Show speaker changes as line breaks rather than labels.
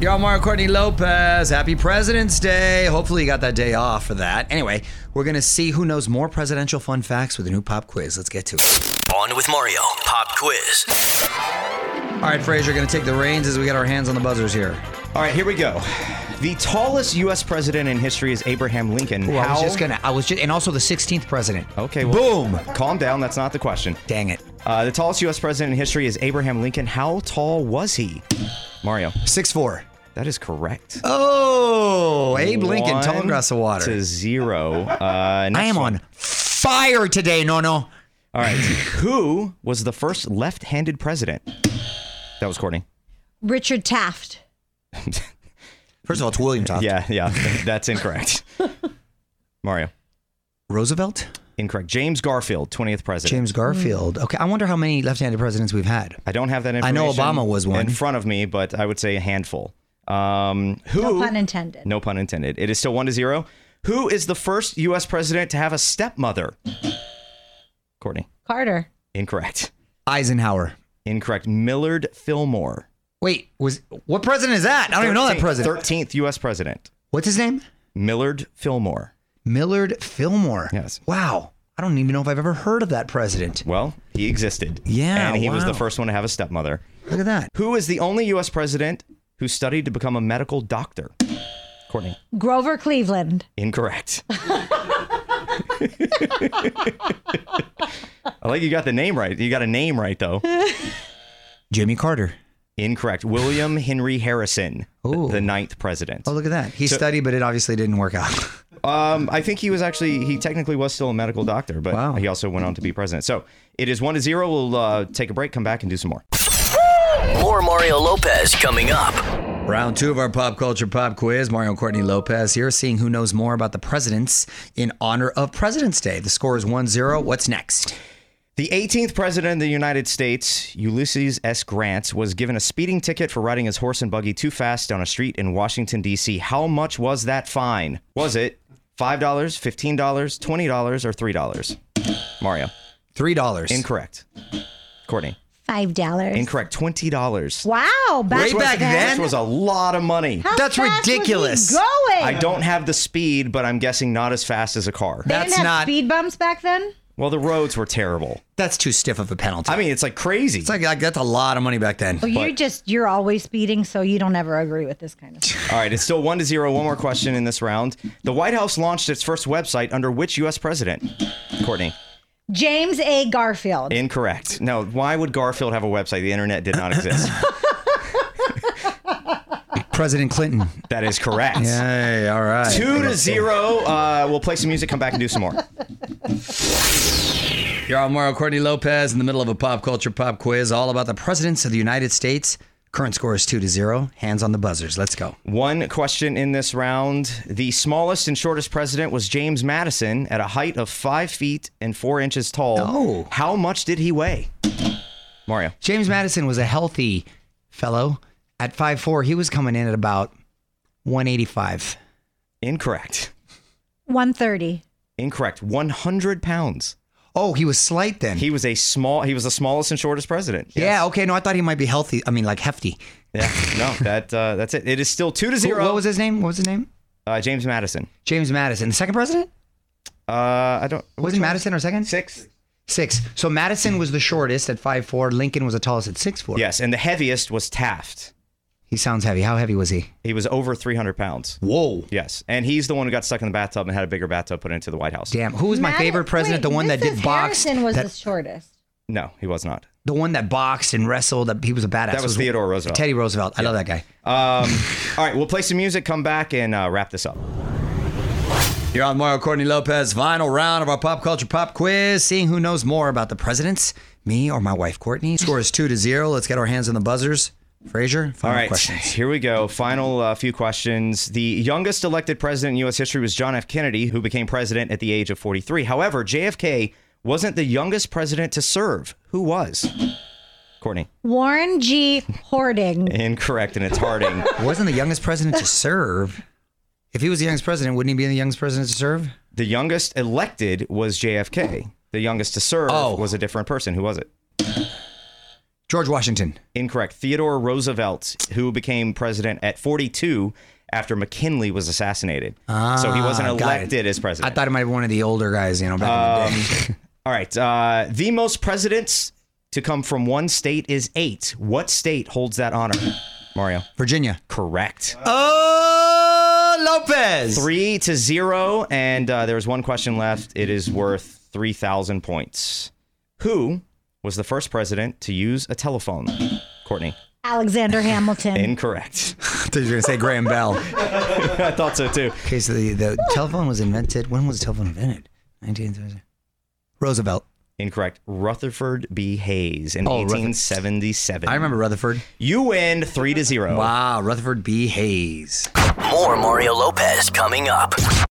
You're on Mario Courtney Lopez. Happy President's Day. Hopefully, you got that day off for that. Anyway, we're going to see who knows more presidential fun facts with a new pop quiz. Let's get to it.
On with Mario Pop Quiz.
All right, Fraser, going to take the reins as we get our hands on the buzzers here.
All right, here we go. The tallest U.S. president in history is Abraham Lincoln.
Ooh, I was
How-
just gonna. I was just, and also the 16th president.
Okay, well-
Boom.
Calm down. That's not the question.
Dang it.
Uh, the tallest U.S. president in history is Abraham Lincoln. How tall was he? Mario.
Six four.
That is correct.
Oh, Abe Lincoln, tall
One
glass of water.
To zero. Uh,
I
next
am
one.
on fire today, no no.
All right. Who was the first left handed president? That was Courtney.
Richard Taft.
First of all, it's William Taft.
Yeah, yeah. That's incorrect. Mario.
Roosevelt,
Incorrect. James Garfield, 20th president.
James Garfield. Okay, I wonder how many left-handed presidents we've had.
I don't have that
I
information.
know Obama was one.
in front of me, but I would say a handful. Um, who?
No pun intended.
No pun intended. It is still one to zero. Who is the first U.S. president to have a stepmother? Courtney.
Carter.
Incorrect.
Eisenhower.
Incorrect. Millard Fillmore.
Wait, was what president is that? I don't even know that president.
Thirteenth U.S. president.
What's his name?
Millard Fillmore.
Millard Fillmore.
Yes.
Wow. I don't even know if I've ever heard of that president.
Well, he existed.
Yeah,
And he was
wow.
the first one to have a stepmother.
Look at that.
Who is the only U.S. president who studied to become a medical doctor? Courtney.
Grover Cleveland.
Incorrect. I like you got the name right. You got a name right though.
Jimmy Carter.
Incorrect. William Henry Harrison, th-
Ooh.
the ninth president.
Oh, look at that. He
So-
studied, but it obviously didn't work out.
Um, I think he was actually he technically was still a medical doctor, but
Wow.
he also went on to be president. So it is one to zero. We'll uh, take a break, come back, and do some more.
More Mario Lopez coming up.
Round two of our pop culture pop quiz. Mario and Courtney Lopez here, seeing who knows more about the presidents in honor of President's Day. The score is 1 0. What's next?
The 18th president of the United States, Ulysses S. Grant, was given a speeding ticket for riding his horse and buggy too fast down a street in Washington, D.C. How much was that fine? Was it $5, $15, $20, or $3? Mario.
$3.
Incorrect. Courtney.
Five dollars.
Incorrect. $20.
Wow. Back
Way back then?
Which was a lot of money.
How
That's
fast was he
ridiculous.
going.
I don't have the speed, but I'm guessing not as fast as a car.
They
That's
didn't have
not-
speed bumps back then.
Well, the roads were terrible.
That's too stiff of a penalty.
I mean, it's like crazy.
it's like, like that's a lot of money back then.
Well, Oh, you're just you're always speeding, so you don't ever agree with this kind of stuff.
All right, it's still one to zero. One more question in this round. The White House launched its first website under which U.S. president? Courtney.
James A. Garfield.
Incorrect. No, why would Garfield have a website? The internet did not exist.
President Clinton.
that is correct.
Hey, all right.
Two to zero. Uh, we'll play some music, come back and do some more.
You're on Mario Courtney Lopez in the middle of a pop culture pop quiz all about the presidents of the United States. Current score is 2 to 0. Hands on the buzzers. Let's go.
One question in this round. The smallest and shortest president was James Madison at a height of five feet and four inches tall.
No.
How much did he weigh? Mario.
James Madison was a healthy fellow. At 5'4, he was coming in at about 185.
Incorrect.
One thirty.
Incorrect. 100 pounds.
Oh, he was slight then.
He was a small. He was the smallest and shortest president.
Yeah, okay. No, I thought he might be healthy. I mean, like hefty.
Yeah. No. That. Uh, that's it. It is still two to
Who-
zero.
What was his name? What was his name?
Uh, James Madison.
James Madison. The second president?
Uh, I don't.
Wasn't Madison our second?
six?
Six. So Madison was the shortest at 5'4. Lincoln was the tallest at 6'4.
Yes. And the heaviest was Taft.
He sounds heavy. How heavy was he?
He was over 300 pounds.
Whoa.
Yes. And he's the one who got stuck in the bathtub and had a bigger bathtub put into the White House.
Damn. Who was my
Madison-
favorite president?
wait,
the one that
Mrs.
did box.
Harrison was
that-
the shortest.
No, he was not.
the one that boxed and wrestled. That he was a badass.
That was
It
Theodore Roosevelt.
Teddy Roosevelt. I love that guy.
Um, all right, we'll play some music, come back, and uh, wrap this up.
You're on Mario Courtney Lopez. Final round of our pop culture pop quiz. Seeing who knows more about the presidents, me or my wife Courtney. Score is two to zero. Let's get our hands on the buzzers. Frazier,
All
final
right,
questions.
here we go. Final uh, few questions. The youngest elected president in U.S. history was John F. Kennedy, who became president at the age of 43. However, JFK wasn't the youngest president to serve. Who was? Courtney.
Warren G. Hording.
Incorrect, and it's Harding.
Wasn't the youngest president to serve? If he was the youngest president, wouldn't he be the youngest president to serve?
the youngest elected was JFK. The youngest to serve
Oh.
was a different person. Who was it?
George Washington.
Incorrect. Theodore Roosevelt, who became president at 42 after McKinley was assassinated. so he wasn't
Ah, got it.
elected as
I
president.
thought it might be one of the older guys, you know, back in the day.
All right. Uh, the most presidents to come from one state is eight. What state holds that honor? Mario.
Virginia.
Correct.
Oh, Lopez.
Three to zero. And uh, there's one question left. It is worth 3,000 points. Who was the first president to use a telephone? Courtney.
Alexander Hamilton.
Incorrect.
Thought you were gonna say Graham Bell.
I thought so too.
Okay, so the, the telephone was invented. When was the telephone invented? 1930. Roosevelt.
Incorrect. Rutherford B. Hayes in
Oh, Rutherford.
1877.
I remember Rutherford.
You win three to zero.
Wow, Rutherford B. Hayes.
More Mario Lopez coming up.